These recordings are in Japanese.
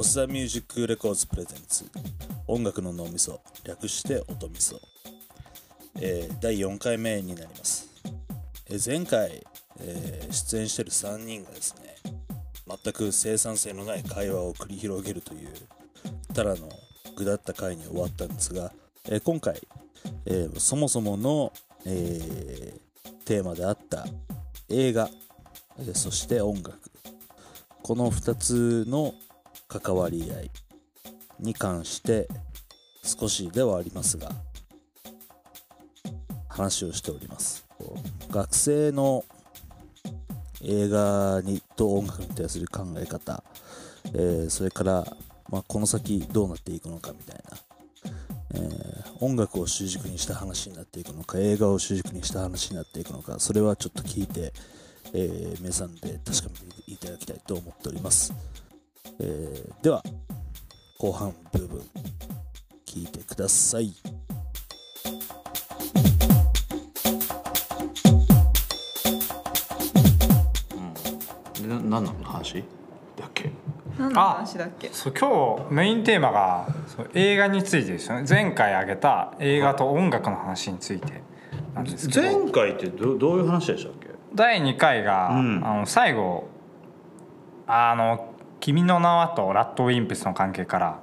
スザミュージックレコーズプレゼンツ音楽の脳みそ略して音みそ、えー第4回目になります、えー前回、えー出演してる3人がですね全く生産性のない会話を繰り広げるというただのぐだった回に終わったんですが、えー今回、えーそもそもの、えーテーマであった映画、えーそして音楽この2つの関わり合いに関して少しではありますが話をしておりますこう学生の映画にと音楽に対する考え方、えーそれから、まあ、この先どうなっていくのかみたいな、えー音楽を主軸にした話になっていくのか映画を主軸にした話になっていくのかそれはちょっと聞いて、えー皆さんで確かめていただきたいと思っております、えーでは後半部分聞いてくださいでな何なの話だっけ何の話だっけそう今日メインテーマがそう映画についてですよね前回挙げた映画と音楽の話についてなんですけど前回ってどどういう話でしたっけ第2回が、うんあの最後あの「君の名は」と「ラッドウィンプス」の関係から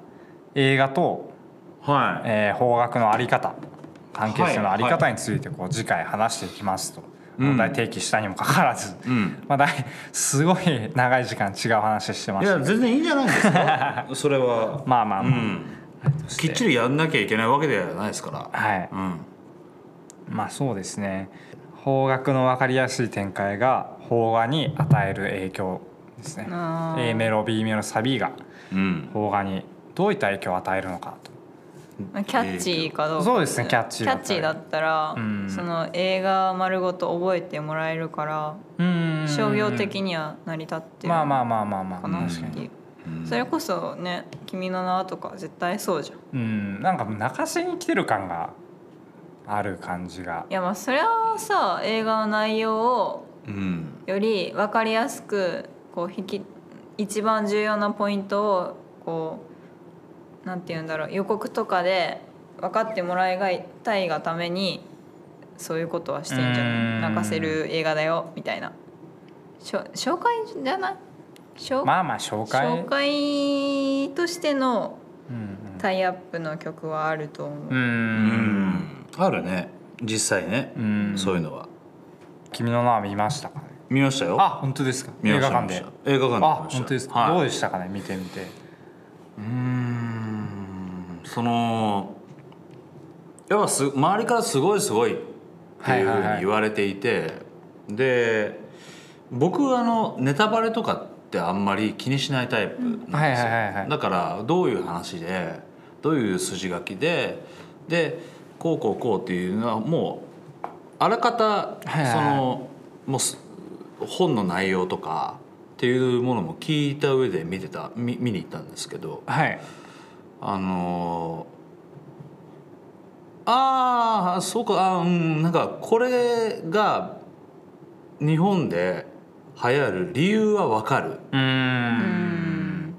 映画と、はい、えー邦楽のあり方関係性のありは方についてこう次回話していきますと、うん問題提起したにもかかわらず、うんまあ、だいすごい長い時間違う話してまいしやたけど全然いいんじゃないですか それはまあまあうまあ、んきっちりやんなきゃいけないわけではないですからはい、うんまあそうですね方角の分かりやすい展開が邦画に与える影響ですねあー A メロ B メロサビがうん邦画にどういった影響を与えるのかまあキャッチーかどうとかそうですねキャッチキーャッチーだったら、うんその映画丸ごと覚えてもらえるから、うん商業的にには成り立ってるまあまかあまあまあまあなって確かにいうそれこそね「君の名は」とか絶対そうじゃんいうんなんか泣かせに来てる感がある感じがやまあそれはさ映画の内容をうんより分かりやすくこう引き一番重要なポイントをこうなんて言うんだろう予告とかで分かってもらいたいがためにそういうことはしてんじゃうーんない泣かせる映画だよみたいなしょ紹介じゃない紹,、まあまあ紹介紹介としてのうんタイアップの曲はあると思ううんう、んあるね実際ねうんそういうのは君の名は見ましたかね見ましたよあ本当ですか見映まし画た館で見ました映画館であ見ました本当ですか、はいどうでしたかね見てみてうーんそのやっぱす周りからすごいすごいっていうふうに言われていて、で僕あのネタバレとかってあんまり気にしないタイプなんですよ、はいはいはいはいだからどういう話でどういう筋書きででこうこうこうっていうのはもうあらかたはいはいそのもうす本の内容とかっていうものも聞いた上で見てた見見に行ったんですけどはいあのーああそうかあーうんなんかこれが日本で流行る理由はわかるっうーうんん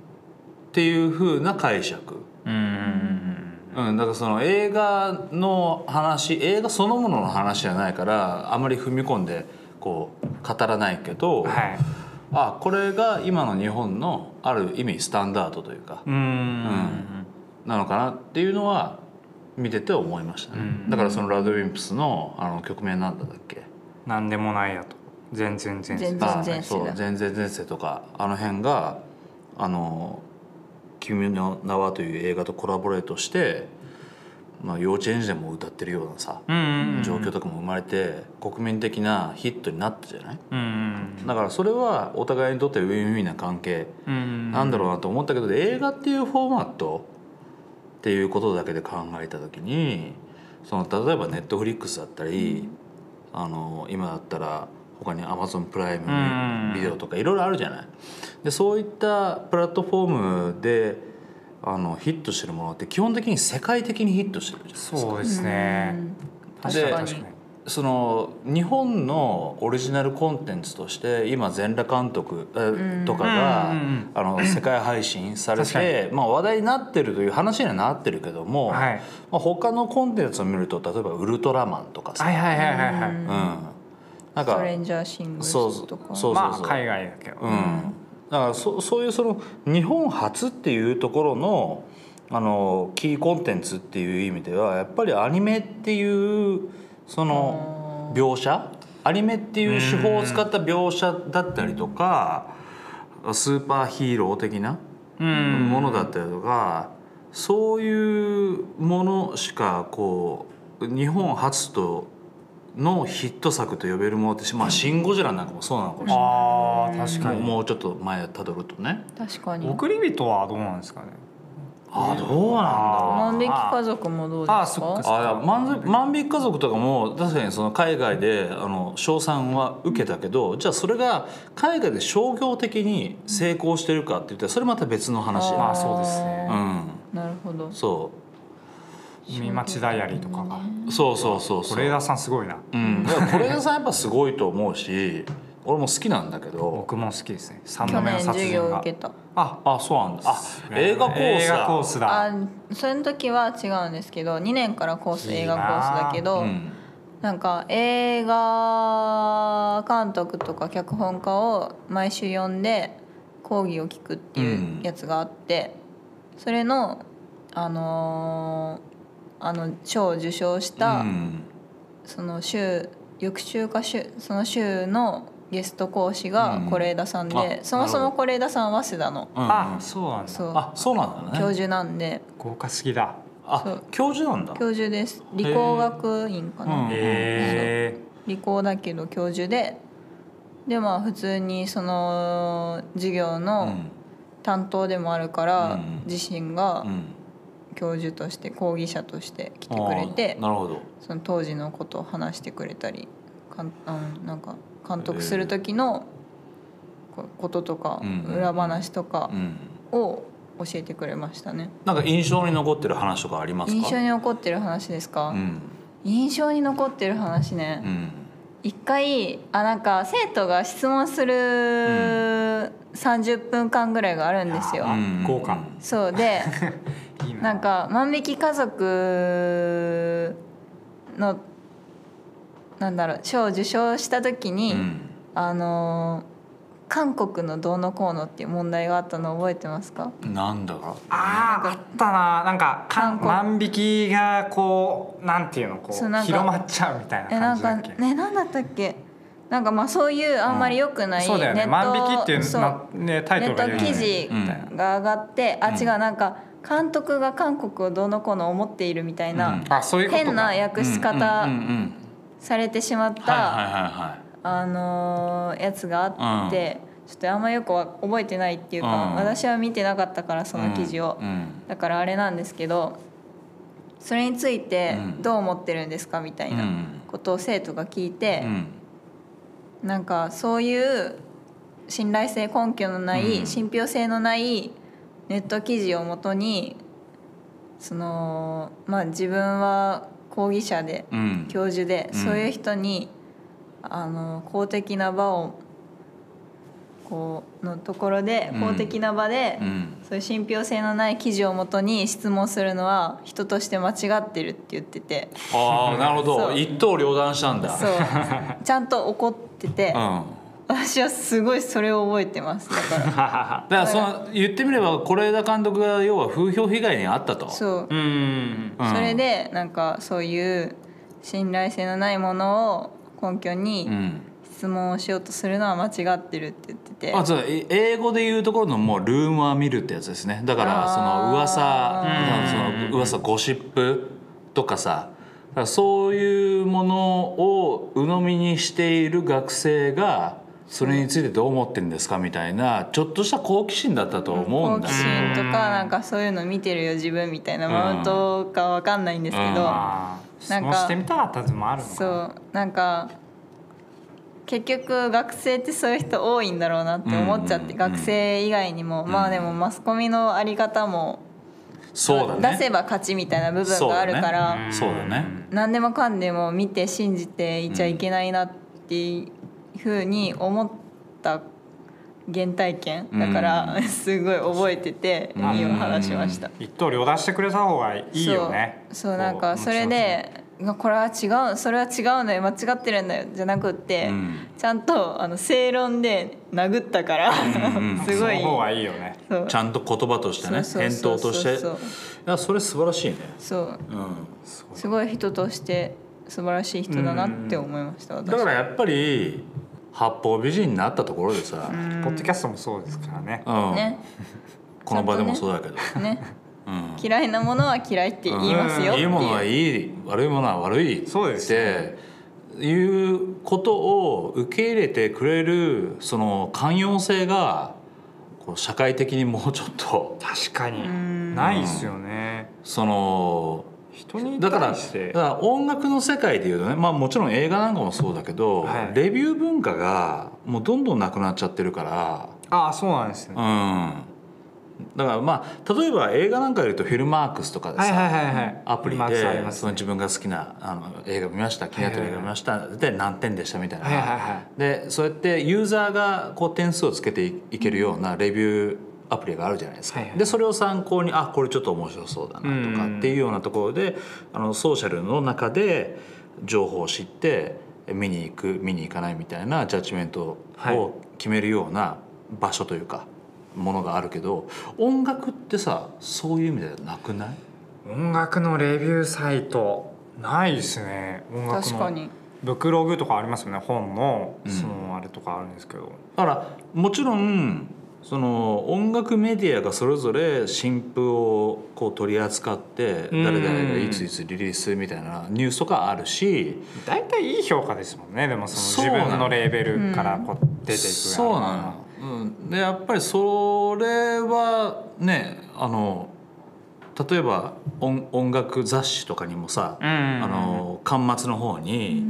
ていう風な解釈、うーんうん、だからその映画の話映画そのものの話じゃないからあまり踏み込んでこう語らないけど、はいあこれが今の日本のある意味スタンダードというかうーんなのかなっていうのは見てて思いましたね、うんだからそのラドウィンプスのあの曲名なんだったっけなんでもないやと全然全全然然前世だあそう全然前世とかあの辺があの「君の名は」という映画とコラボレートして、まあ、幼稚園児でも歌ってるようなさ、うんうんうん状況とかも生まれて国民的なヒットになったじゃないうんうんだからそれはお互いにとってウィンウィンな関係うんうんなんだろうなと思ったけど、映画っていうフォーマットっていうことだけで考えた時にその例えばネットフリックスだったり、あの今だったら他にアマゾンプライムビデオとかいろいろあるじゃない。でそういったプラットフォームであのヒットしてるものって基本的に世界的にヒットしてるじゃないですか。そうですねうん確かにで確かにその日本のオリジナルコンテンツとして今全裸監督えーとかが、うんうんうんあの世界配信され確て、まあ、話題になってるという話にはなってるけども、はいまあ、他のコンテンツを見ると例えば「ウルトラマン」とかさ、はいはいはいはいはい、うん、なんトかレンジャーシングルそうそうとかそうまあ海外だけど、うん、だからそそういうその日本初っていうところのあのキーコンテンツっていう意味ではやっぱりアニメっていうその描写アニメっていう手法を使った描写だったりとかスーパーヒーロー的なうんものだったりとかそういうものしかこう日本初とのヒット作と呼べるものって、まあ、シン・ゴジラなんかもそうなのかもしれない。あー確かにもうちょっと前たどるとね確かに送り人はどうなんですかねあどうなんあ万引き家族もどうあーですそっかかあいや万引万引き家族とかも確かにその海外であの賞賛は受けたけどじゃあそれが海外で商業的に成功してるかって言ったらそれまた別の話まやあそうですねうあんなるほどそ海町ダイアリーとかがうそうそうそうそう是枝さんすごいなうん、だから是枝さんやっぱすごいと思うし俺も好きなんだけど僕も好きですね三去度目の年殺授人業が受けたああそうなんだあ映画コース映画コーススあだその時は違うんですけど2年からコース映画コースだけどうんなんか映画監督とか脚本家を毎週呼んで講義を聞くっていうやつがあって、それのあのーあの賞を受賞した、うんその週翌週か週その週のゲスト講師がうん是枝さんで、あなるほどそもそも是枝さんは早稲田のうんあそうなんだそうあそうなんだね教授なんで豪華すぎだそあう教授なんだ教授です理工学院かな、うんへえ理工だけど教授ででまあ普通にその授業うのん担当でもあるから、うん自身がうん教授として講義者として来てくれてあーなるほどその当時のことを話してくれたりかんあのなんか監督する時のここととか、うん裏話とかうんを教えてくれましたね。なんか印象に残ってる話とかありますか印象に残ってる話ですか、うん印象に残ってる話ね、うん一回あなんか生徒が質問する30分間ぐらいがあるんですよ。あうん豪華そうでいいなんか万引き家族のなんだろう賞を受賞した時に、うんあのー韓国のどうのこうのっていう問題があったの覚えてますか？なんだかあーあったななんかか韓国万引きがこうなんていうのこうそうなんか広まっちゃうみたいなえな感んじかだっけねなんだったっけ？なんかまあそういうあんまり良くない、そうだよね万引きっていうそうなねタイトルがネ出ットてる記事うんが上がって、うあん違うなんか監督が韓国をどうのこうの思っているみたいな、あそういうことか変な訳し方うんうんうんうんされてしまはっいはた、いはいはいあのーやつがあって、ちょっとあんまよくは覚えてないっていうか、うん私は見てなかったからその記事を、うんうんだからあれなんですけどそれについてうんどう思ってるんですかみたいなことを生徒が聞いてう、んなんかそういう信頼性根拠のない、うん信憑性のないネット記事をもとにそのまあ自分は講義者でうん教授で、うんそういう人にあの公的な場をこうのところでうん公的な場で、うんそういう信憑性のない記事をもとに質問するのは人として間違ってるって言っててああなるほそどう一刀両断したんだそうちゃんと怒ってて。うん私はすごいそれを覚えてますだ からだからその言ってみれば是枝監督が要は風評被害に遭ったとそうう、んうんそれでなんかそういう信頼性のないものを根拠うにん質問をしようとするのは間違ってるって言ってて、あそうえ英語で言うところのもうルーマー見るってやつですねだからそあーの噂うんその噂ゴシップとかさだからそういうものを鵜呑みにしている学生がそれについてどう思ってるんですかみたいなちょっとした好奇心だったと思う好んだ奇けど心とかなんかそういうの見てるよ自分みたいなマウントかわかんないんですけど、あー質なんか問してみたかったのもあるのかなそうなんか結局学生ってそういう人多いんだろうなって思っちゃって、うんうんうん学生以外にも、まあでもマスコミのあり方もそうだね出せば勝ちみたいな部分があるかうら、んそうだね何でもかんでも見て信じていちゃいけないなっていうふうに思った原体験だから、 すごい覚えてて、うん今話しました。一刀両断してくれた方がいいよねそうそうこなんかそれでいやこれは違うそれは違うのよ間違ってるんだよじゃなくって、うんちゃんとあの正論で殴ったから、うんすごいその方がいいよねそうちゃんと言葉としてねそうそう返そ答うそとうしていそうやそれ素晴らしいねそううんすごい人として素晴らしい人だなって思いました私だからやっぱり八方美人になったところでさポッドキャストもそうですからねうんねこの場でもそうだけどねうん嫌いなものは嫌いって言いますうんよっていいいうものはいい悪いものは悪いそうですっていうことを受け入れてくれるその寛容性がこう社会的にもうちょっと確かにないっすよねその人にだから対してだから音楽の世界でいうとね、まあ、もちろん映画なんかもそうだけど、はいレビュー文化がもうどんどんなくなっちゃってるから。ああそうなんですよねうん、だからまあ例えば映画なんかでいうとフィルマークスとかでさ、はいはいはいはいアプリマークスありでますねその自分が好きなあの映画見ました気になってる映画見ました、で何点でしたみたいな、はいはいはいでそうやってユーザーがこう点数をつけていいけるようなレビューアプリがあるじゃないですか、はいはいでそれを参考にあこれちょっと面白そうだなとかっていうようなところで、あのソーシャルの中で情報を知って見に行く見に行かないみたいなジャッジメントはいを決めるような場所というかものがあるけど音楽ってさそういう意味ではなくない音楽のレビューサイトないですね音楽の確かにブクログとかありますよね本のうんそのあれとかあるんですけど、だからもちろんその音楽メディアがそれぞれ新譜をこう取り扱ってうん誰々がいついつリリースみたいなニュースとかあるし大体いい評価ですもんねでもそのそうなの自分のレーベルからこう出ていくそうなの、うん、でやっぱりそれはねあの例えば音音楽雑誌とかにもさ、うんあの端末の方に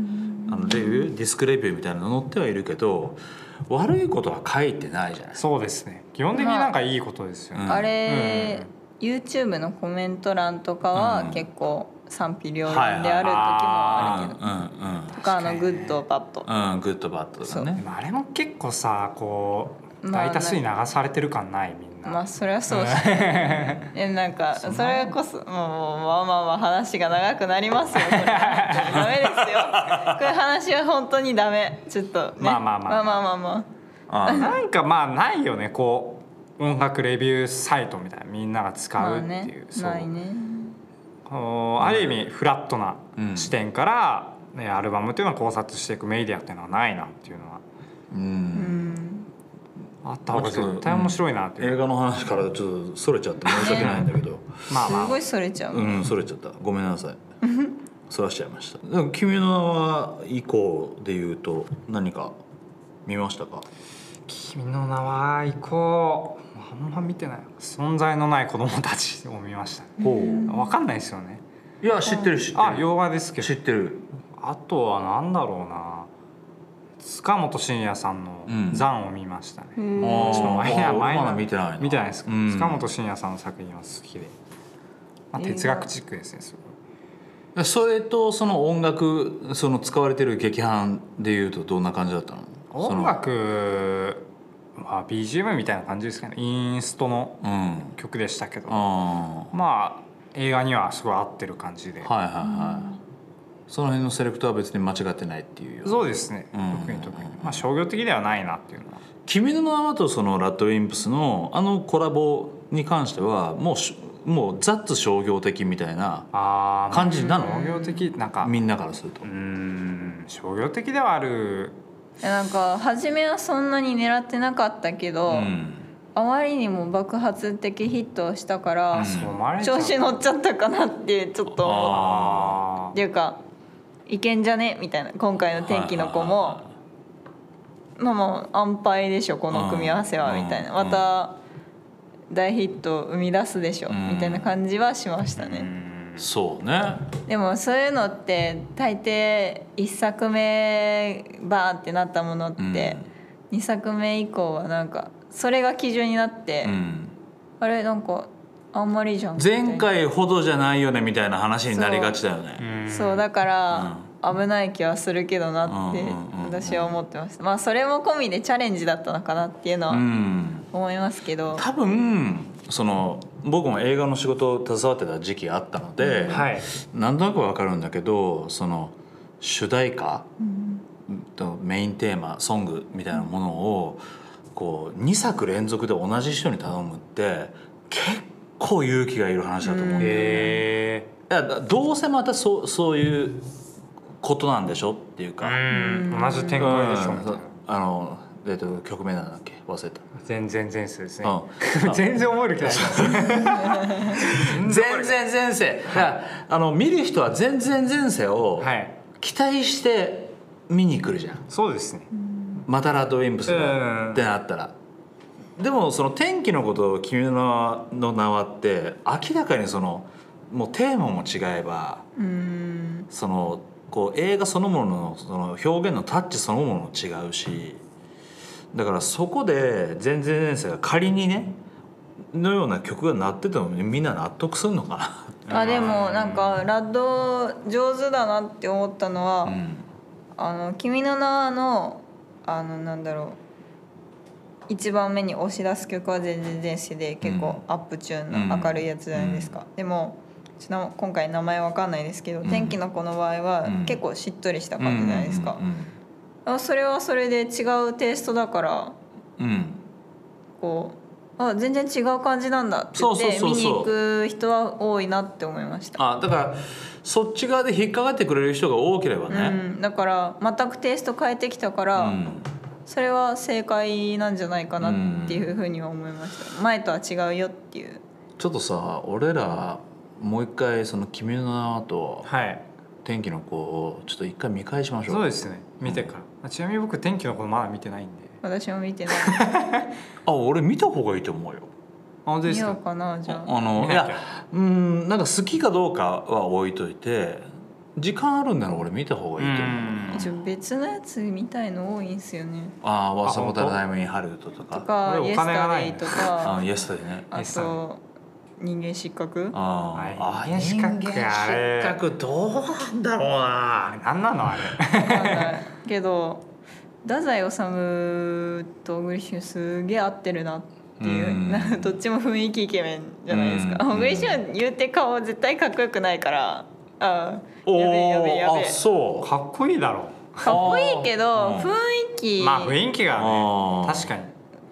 あのレビューディスクレビューみたいなの載ってはいるけど悪いことは書いてないじゃないそうですね基本的になんかいいことですよね、まあれう、 YouTube のコメント欄とかうんは結構賛否両論である時もあるけど、うんうんうんとかあの確グかにねッドバッド、うん、グッドバッドとかねでもあれも結構さこうまあ大多数に流されてる感ないみんな、まあそれはそう しえなんかそれこそもうもうまあまあまあ話が長くなりますよこれダメですよ これ話は本当にダメちょっと、ね、まあまあまあまあまあまああなんかまあないよねこう音楽レビューサイトみたいなみんなが使まうあっていう,、ねそうないねこうある意味フラットなうん視点から、ね、アルバムというのを考察していくメディアっていうのはないなっていうのはう、うんんあった方が絶対面白いなっていう、映画の話からちょっとそれちゃって申し訳ないんだけど、まあすまあごいそれちゃう、うん、それちゃったごめんなさいそらしちゃいましたでも君の名は以降で言うと何か見ましたか「君の名は行こう」あんま見てない存在のない子供たちを見ましたほわかんないですよねういや知ってる知ってある洋画ですけど知ってるあとはなんだろうな塚本慎也さんのうん「残」を見ましたね、うあんーちょっとマイナーあーマイナーまだ見てない見てないですか、うん塚本慎也さんの作品は好きで、まあ、映画哲学チックですねすそれとその音楽その使われてる劇伴で言うとどんな感じだったのごい音楽は BGM みたいな感じですかねインストのそのうん曲でしたけどああまあ映画にはすごい合ってる感じで、はいはいはい、その辺のセレクトは別に間違ってないっていうよそうですね、うん特に特に、まあ、商業的ではないなっていうのは君の名はとそのラッドウィンプスのあのコラボに関してはもうしもうザッツ商業的みたいなあー感じなの商業的なんかみんなからするとうーん商業的ではあるいやなんか初めはそんなに狙ってなかったけど、うんあまりにも爆発的ヒットをしたかうんら、そう思われちゃう調子乗っちゃったかなってちょっと思っあっていうかいけんじゃねみたいな今回の天気の子はいはいはいもまあまあ安牌でしょこの組み合わせはうんみたいなうまんた大ヒットを生み出すでしょうんみたいな感じはしましたーうねんそうねでもそういうのって大抵1作目バーンってなったものって2作目以降はなんかそれが基準になってうんあれなんかあんまりじゃん前回ほどじゃないよねみたいな話になりがちだよねそうだから、危ない気はするけどなってうんうんうんうん私は思ってます、まあそれも込みでチャレンジだったのかなっていうのうはん思いますけど、多分その僕も映画の仕事を携わってた時期あったので、はいなんとなくわかるんだけどその主題歌とメインテーマソングみたいなものをこう2作連続で同じ人に頼むって結構勇気がいる話だと思うんだよねへいやだどうせまたそうそういうことなんでしょっていうえうか、ん同じ展うん開でしょみたいなあの、えっと、曲名なんだっけ忘れた、全然前世ですねうん 全然覚える気がします全然前世だからあの見る人は全然前世をはい期待して見に来るじゃんそうですねまたラッドウィンプスうんがってなったらでもその天気のことを「君の名の名は」って明らかにそのもうテーマも違えばうんそのこう映画そのもののその表現のタッチそのものも違うしだからそこで全然前世が仮にねのような曲が鳴っててもみんな納得するのかあでもなんかラッド上手だなって思ったのは「な、あの君の名はの」あのなんだろう1番目に押し出す曲は全然前世で結構アップチューンのうん明るいやつじゃないですか、でもちょっと今回名前わかんないですけど、うん天気の子の場合はうん結構しっとりしたうん感じじゃないですか、あそれはそれで違うテイストだからうんうんこうあ全然違う感じなんだって言そっうそうてそ見うそうに行く人は多いなって思いました、あだからそっち側で引っかかってくれる人が多ければうね、ん、だから全くテイスト変えてきたかうら、んそれは正解なんじゃないかなっていうふうには思いました、前とは違うよっていうちょっとさ俺らもう一回その「君の名は」とはい「天気の子」をちょっと一回見返しましょうそうですね見てからあちなみに僕天気のことまだ見てないんで私も見てないあ俺見た方がいいと思うよあ本当で見すよかうかなじゃああのい見なきゃやうんなんか好きかどうかは置いといて時間あるんなら俺見た方がいいと思ううんちょ別のやつ見たいの多いんすよねああ「わさ本ぼ当たタイムインハリウッド」ととかか「俺イエおス金がタなデいイ」んだと「あかイエスタデイね」あイエスタデと「人間失格」あーはあいー人間失格人間どうなんだろうあなれなんなのあれわかんないけど太宰治と小栗旬すげえ合ってるなっていううんなんかどっちも雰囲気イケメンじゃないですかうん小栗旬言うて顔絶対かっこよくないからああおやべえやべえやべーあえそうかっこいいだろかっこいいけうんど雰囲気、まあ雰囲気がねあー確かに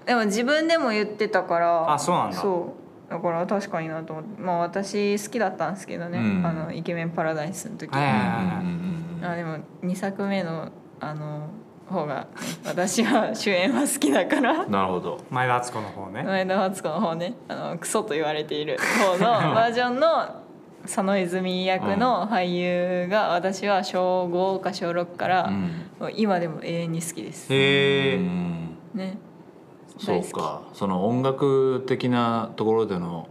でも自分でも言ってたからあそうなんだそうだから確かになと思ってまあ私好きだったんですけどね、うんあのイケメンパラダイスの時、はいはいはういんうんうんあでも2作目のあの方が私は主演は好きだからなるほど前田敦子の方ね前田マツコの方ねあのクソと言われている方 のバージョンの佐野泉役の俳優が私は小5か小6から、うんもう今でも永遠に好きです。へうえんねそうかその音楽的なところでの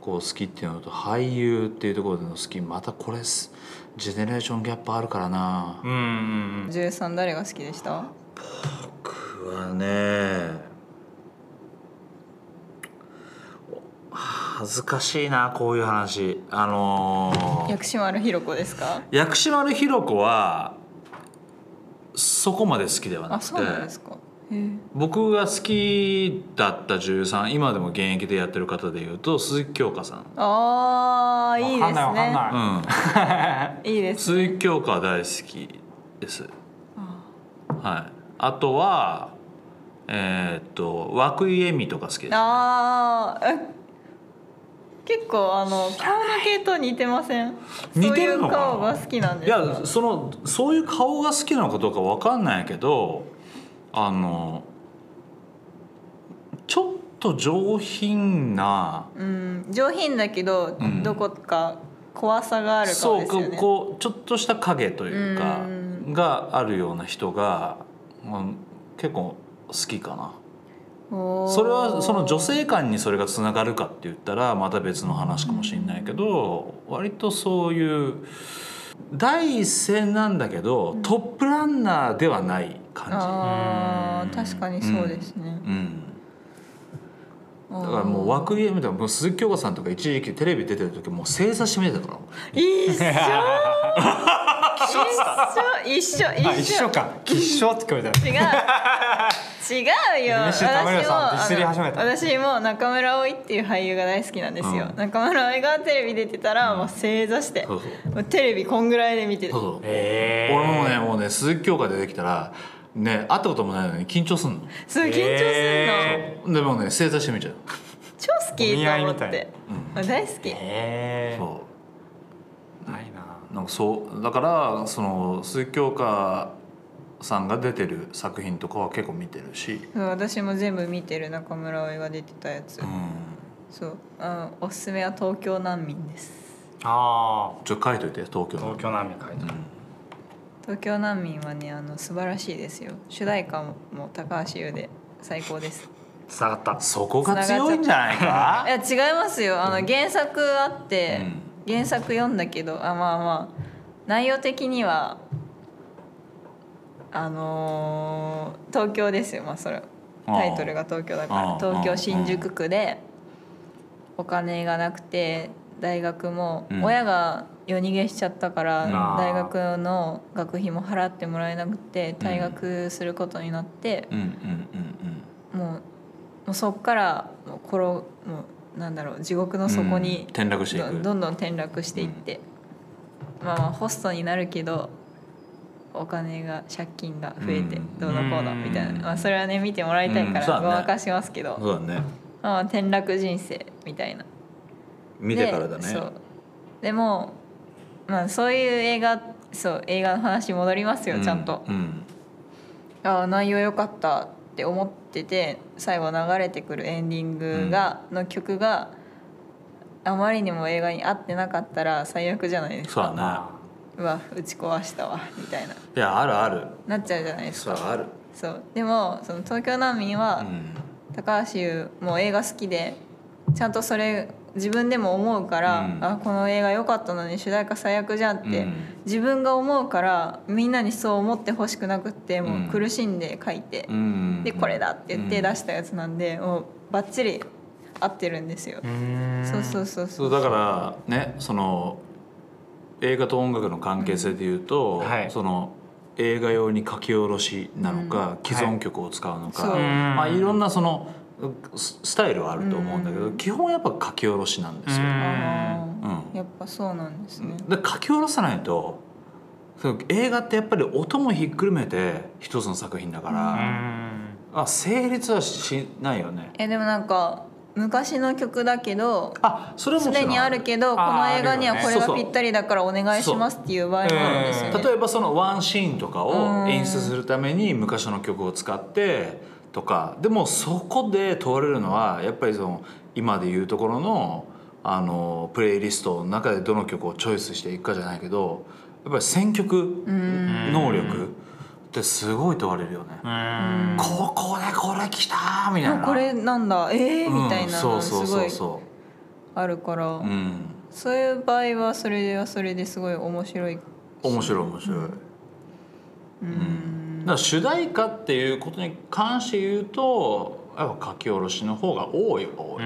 こう好きっていうのと俳優っていうところでの好きまたこれすジェネレーションギャップあるからなうんうんうん13誰が好きでした僕はねお恥ずかしいなこういう話あのー薬師丸ひろ子ですか薬師丸ひろ子はそこまで好きではなあくてそうなんですかへえ僕が好きだった女優さん今でも現役でやってる方でいうと鈴木京香さんあーいいわかんないわかんでないうん、すねいいです鈴木京香大好きです。はい。あとはえーっと涌井絵美とか好きです。あーえ結構あの顔の系統似てません似てるのかなそういう顔が好きなんでいすかやそのそういう顔が好きなのかどうかわかんないけど、あのちょっと上品な。うん上品だけど、うんどこか怖さがある顔そうですよこうねこうちょっとした影というかうんがあるような人が、うん、結構好きかな。おーそれはその女性間にそれがつながるかって言ったらまた別の話かもしれないけど割とそういう第一線なんだけどトップランナーではない感あーうん確かにそうですねじ、う、ん、だだからもう枠ゲームではもう鈴木京香さんとか一時期テレビ出てる時もう正座して見てたから一緒一緒一緒あ一緒か一緒って聞こえた違う違うよ MC 田村さん私もディスり始めたあの私も中村葵っていう俳優が大好きなんですよ、うん中村葵がテレビ出てたらもう正座して、そうそうもうテレビこんぐらいで見てるそうそう、へー俺もねもうね鈴木京香出てきたらね会ったこともないのに緊張すんのすごい緊張するの、へでもね正座してみちゃう、超好きと思っお見合いみたいて、あ大好きへーそないなうなんかそうだからその鈴木京香さんが出てる作品とかは結構見てるしそう私も全部見てる中村葵が出てたやつ、うんそうあのおすすめは東京難民ですあちょっと書いといて東京ーの東京難民書いてる東京難民はねあの素晴らしいですよ主題歌ももう高橋優で最高です繋がったそこが強いんじゃないいかや違いますよあの原作あって、原作読んだけどあまあまあ内容的にはあのー東京ですよまあそれはああタイトルが東京だあかあら東あ京あ新宿区でお金がなくて大学もうん親が夜逃げしちゃったからああ大学の学費も払ってもらえなくて退学することになってうんうんうんもうもうそっからもう転ぶもうなんだろう地獄の底うんに転落していくどどんどん転落していって、まあまあホストになるけどお金が借金が増えてうんどうのこうのみたいな、うんまあ、それはね見てもらいたいかうんそうだらねごまかしますけど、うんそうだねまあまあ転落人生みたいな見てからだねでそうでも、まあ、そういう映画そう映画の話戻りますよ、ちゃんと。うんあー内容良かったって思ってて最後流れてくるエンディングが、の曲があまりにも映画に合ってなかったら最悪じゃないですそうかだねうわ打ち壊したわみたいないやあるあるなっちゃうじゃないですそうかあるそうでもその東京難民うはん高橋優も映画好きでちゃんとそれ自分でも思うから、うんあこの映画良かったのに主題歌最悪じゃんって、うん自分が思うからみんなにそう思ってほしくなくってうんもう苦しんで書いて、うんでこれだって言って出したやつなんで、もうバッチリ合ってるんですよ、んそうそうそうそそううだからねその映画と音楽の関係性でいうと、はいその映画用に書き下ろしなのか、既存曲を使うのか、はいそうまあ、いろんなそのススタイルはあると思うんだけど、うん基本やっぱ書き下ろしなんですよ。あうんーやっぱそうなんですね、で書き下ろさないとその映画ってやっぱり音もひっくるめて一つの作品だから、あ成立はしないよね。えでもなんか昔の曲だけどあそれはすもちでろんにあるけどこのあー映画にはあるこよねれがぴったりだからお願いしますっていう場合もあるんですよね例えばそのワンシーンとかうをん演出するために昔の曲を使ってとかでもそこで問われるのはやっぱりその今でいうところのあのプレイリストの中でどの曲をチョイスしていくかじゃないけどやっぱり選曲うん能力ってすごい問われるよね。うんここでこれきたーみたいあな。これなんだえー、みたいなうのんそうすそごうそういそあるから、う。うんそういう場合はそれはそれですごい面白い面白い面白い。うだんから主題歌っていうことに関して言うとやっぱ書き下ろしの方が多いは多い、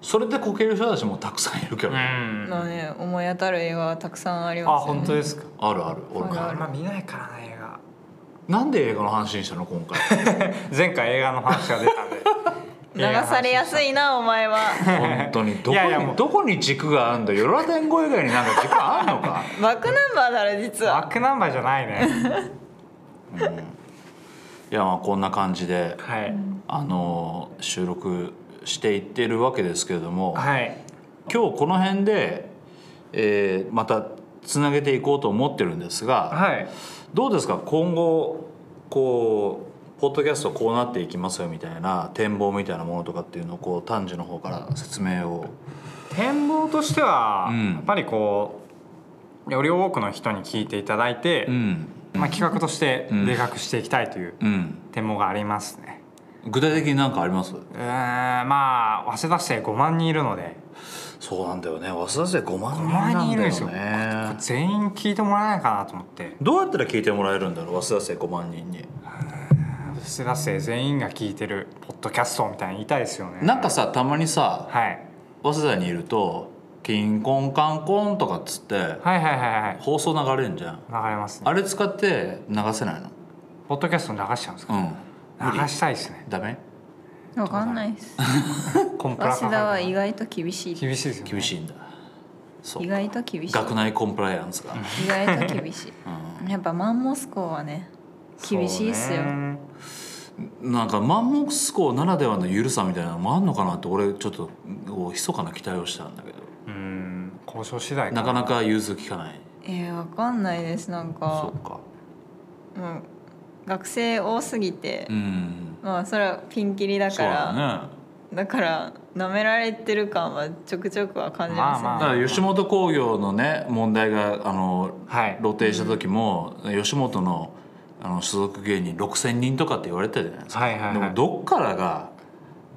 それでこける人たちもたくさんいるけど、あまあね思い当たる映画はたくさんありあますよね本当ですかるある俺あもあんま見ないからな映画なんで映画の話にしたの今 回前回映画の話が出たん で流されやすいなお前は本当にどこにいやいやもうどこに軸があるんだよら天語以外になんか軸あんの か、バックナンバーだろ実バはックナンバーじゃないねうんいやまあこんな感じではいあのー収録していってるわけですけれども、はい今日この辺で、えーまたつなげていこうと思ってるんですが、はいどうですか今後こうポッドキャストこうなっていきますよみたいな展望みたいなものとかっていうのをこう丹治の方から説明を展望としては、うんやっぱりこうより多くの人に聞いていただいて、んまあ、企画としてうん計画していきたいといううん展望がありますね、具体的に何かありますうーんまあ早稲田市で5万人いるのでそうなんだよね早稲田生5万人5万な人んいるんだですよよね全員聞いてもらえないかなと思ってどうやったら聞いてもらえるんだろう早稲田生5万人に世田生全員が聞いてるポッドキャストみたいに言いたいですよねなんかさたまにさはい、早稲田にいると「キンコンカンコン」とかっつってはいはいはいはい放送流れるじゃん流れますねあれ使って流せないのポッドキャスト流しちゃうんですうか、ん流したいですねダメわかんないですコンプラ早稲かかる田はな意外と厳しい厳しいですよね厳しいんだそう意外と厳しい学内コンプライアンスが、うん意外と厳しいやっぱマンモス校はね厳しいっすよそうねなんかマンモス校ならではの緩さみたいなのもあんのかなって俺ちょっとこう密かな期待をしたんだけどうん交渉次第なかなか融通きかないえー、わかんないですなんそかうかもう学生多すぎて、うんまあそれはピンキリだそかうらだ,、だねからなめられてる感はちょくちょくは感じますね、まあだから吉本興業のね問題があのはい露呈した時も、吉本のあの所属芸人6,000人とかって言われてたじゃないですか、はいはいはいでもどっからが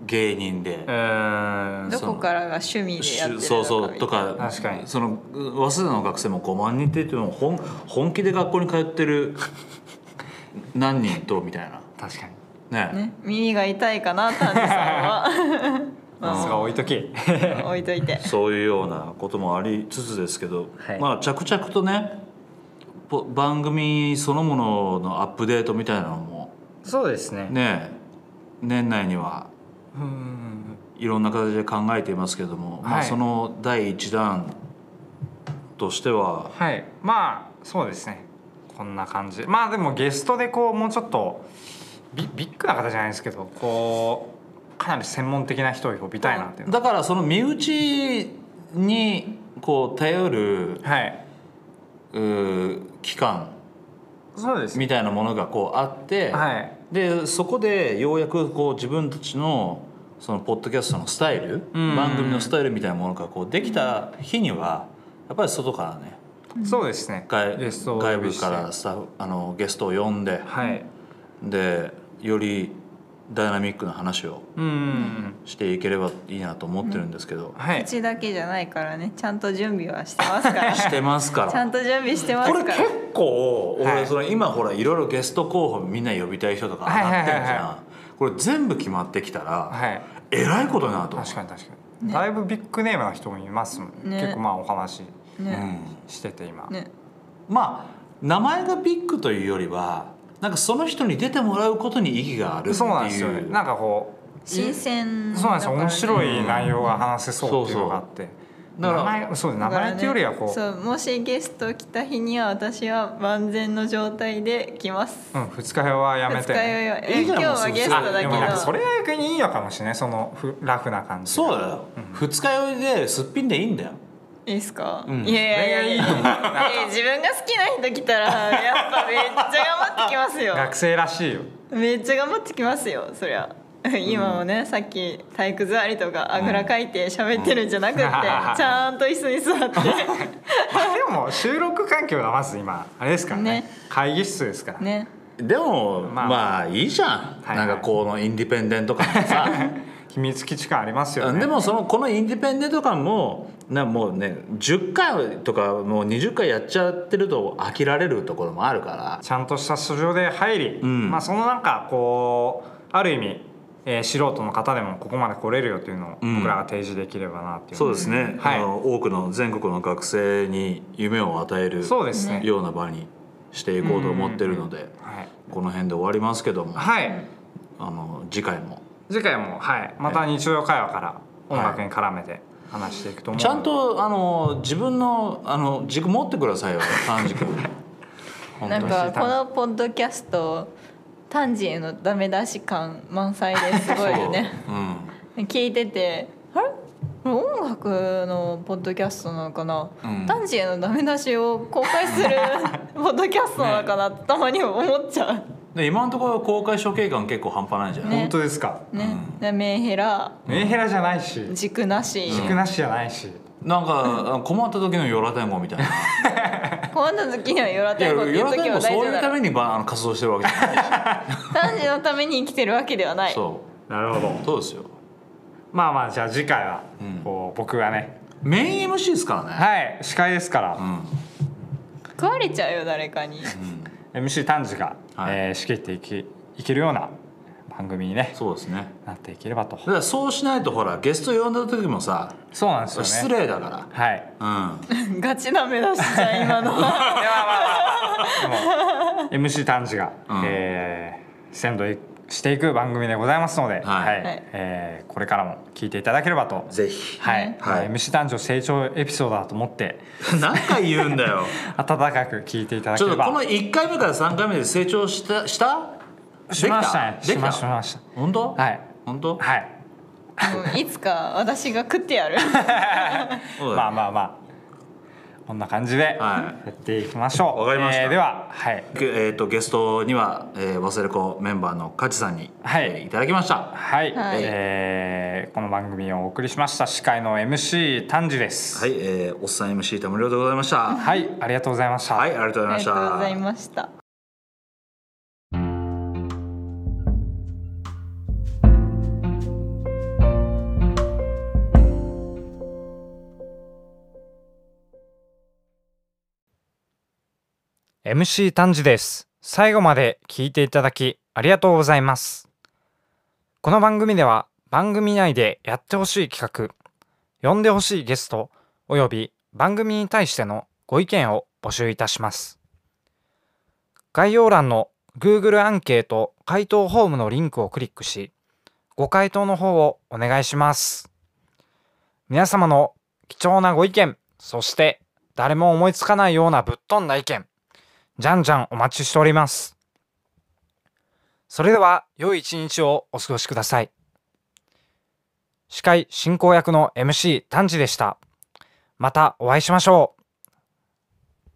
芸人で、うーんどこからが趣味でやってるのかみたいなそうそうとか確かにそのう早稲田の学生も5万人って言っても本本気で学校に通って る何人とみたいな確かにねね耳が痛いかな丹治さんはまあさすが置いとき置いといてそういうようなこともありつつですけど、はいまあ着々とねぽ番組そのもののアップデートみたいなのもそうですねね年内にはうんいろんな形で考えていますけれども、まはあ、いその第一弾としてははいまあそうですねこんな感じまあでもゲストでこうもうちょっとビビッグな方じゃないですけどこうかなり専門的な人を呼びたいなっていうのだからその身内にこう頼るはいうー期間そうですねみたいなものがこうあって、はいでそこでようやくこう自分たちのそのポッドキャストのスタイル、うん番組のスタイルみたいなものがこうできた日にはやっぱり外からねそうですね外ゲストをお外呼び部してからスタッフあのゲストを呼んで、はいでよりダイナミックな話をうんしていければいいなと思ってるんですけど、はいうちだけじゃないからねちゃんと準備はしてますからしちてます から。ゃんと準備してますこかれら結構は俺いその今ほらいろいろゲスト候補みんな呼びたい人とか上がってるじはいはいゃはいんこれ全部決まってきたらはいえらいことになると思う確かに確かに、だいぶビッグネームな人もいますもん、ね結構まあお話ねしてて今、ねまあ名前がビッグというよりはなんかその人に出てもらうことに意義があるっていうそうなんですよねなんかこう新鮮そうなんですよ面白いい内容が話せそうっていうのがあっそて、う名前そうです名前っていうよりはこう,、そうもしゲスト来た日には私は万全の状態で来ますうん二日酔いはやめ二て日酔いはえいいじゃ今ん日もうはそうゲストだでもなんかそけれは逆にいいのかもしれないそのふラフな感じそうだだよ二日酔いですっぴんでいいんだよどいいですか、うんいやいやいやいやそれがいいえ自分が好きな人来たらやっぱめっちゃ頑張ってきますよ学生らしい よめっちゃ頑張ってきますよそりゃ今もね、さっき体育座りとかあぐらかいて喋ってるんじゃなくって、うんちゃんと椅子に座って まあでも収録環境がまず今あれですからねね会議室ですから、ねでもまあまあいいじゃんはいはいなんかこのインディペンデント感もさ 秘密基地感ありますよねでもそのこのインディペンデント感もなもうね10回とかもう20回やっちゃってると飽きられるところもあるからちゃんとした素性で入り、んまあ、そのなんかこうある意味、えー素人の方でもここまで来れるよというのをん僕らが提示できればなっていう、そうですね、はいあの多くの全国の学生に夢を与えるそうですねような場にしていこうと思ってるので、はい、この辺で終わりますけども、はい、あの次回も次回も、はい、また日常会話から音楽に絡めて話していくと思うのでちゃんとあの自分のあの軸持ってくださいよ丹 治君本当なんにかこのポッドキャスト丹治へのダメ出し感満載ですごいよねそううん聞いててあれこれ音楽のポッドキャストなのかな、うん丹治へのダメ出しを公開する ポッドキャストなのかなってたまに思っちゃう。で今のところ公開処刑感結構半端ないじゃない、ね本当ですか、ね、でメンヘラメンヘラじゃないし軸なし軸なしじゃないし、なんかあの困った時のヨラ天狗みたいな い困った時にはよらや天狗っていヨうラ時天は狗大そう丈夫いうだたろめにばあの活動してるわけじゃない男児のために生きてるわけではないそなるほどうそうですよまあまあじゃあ次回はうんこう僕がねメイン MC ですからね、はい司会ですから、食われちゃうよ誰かにうん MC 丹治が、はいえー仕切っていきいけるような番組にねそうですねなっていければとだからそうしないとほらゲスト呼んだ時もさそうなんですよね失礼だかはいらうん ガチな目出しじゃん今のいやま あまあまあでも MC 丹治が、うんえー、鮮度していく番組でございますので、はいはいはいえーこれからも聞いていただければと、ぜ ひはいはいえー MC 男女成長エピソードだと思って何回言うんだ よ温かく聞いていただちけょっれとこのば1回目から3回目で成長したしたしましたねできたしましたしました本当はい本当はいもういつか私が食ってやるそうまだあねまあまあこんな感じではやっていきましょうわかりましたえーでははいえー、とゲストには、えー、忘れ子メンバーのカチさんに、はいえーいただきましたはい、はいえーこの番組をお送りしました司会の MC 丹治ですはい、えー、おっさん MC 田村亮でございましたはいはい、ありがとうございました、ありがとうございあまりしがとうごたざいましたた MC 丹治です最後まで聞いていただきありがとうございますこの番組では番組内でやってほしい企画呼んでほしいゲストおよび番組に対してのご意見を募集いたします概要欄の Google アンケート回答フォームのリンクをクリックしご回答の方をお願いします皆様の貴重なご意見そして誰も思いつかないようなぶっ飛んだ意見じゃんじゃんお待ちしておりますそれでは良い一日をお過ごしください司会進行役の MC 丹治でしたまたお会いしましょう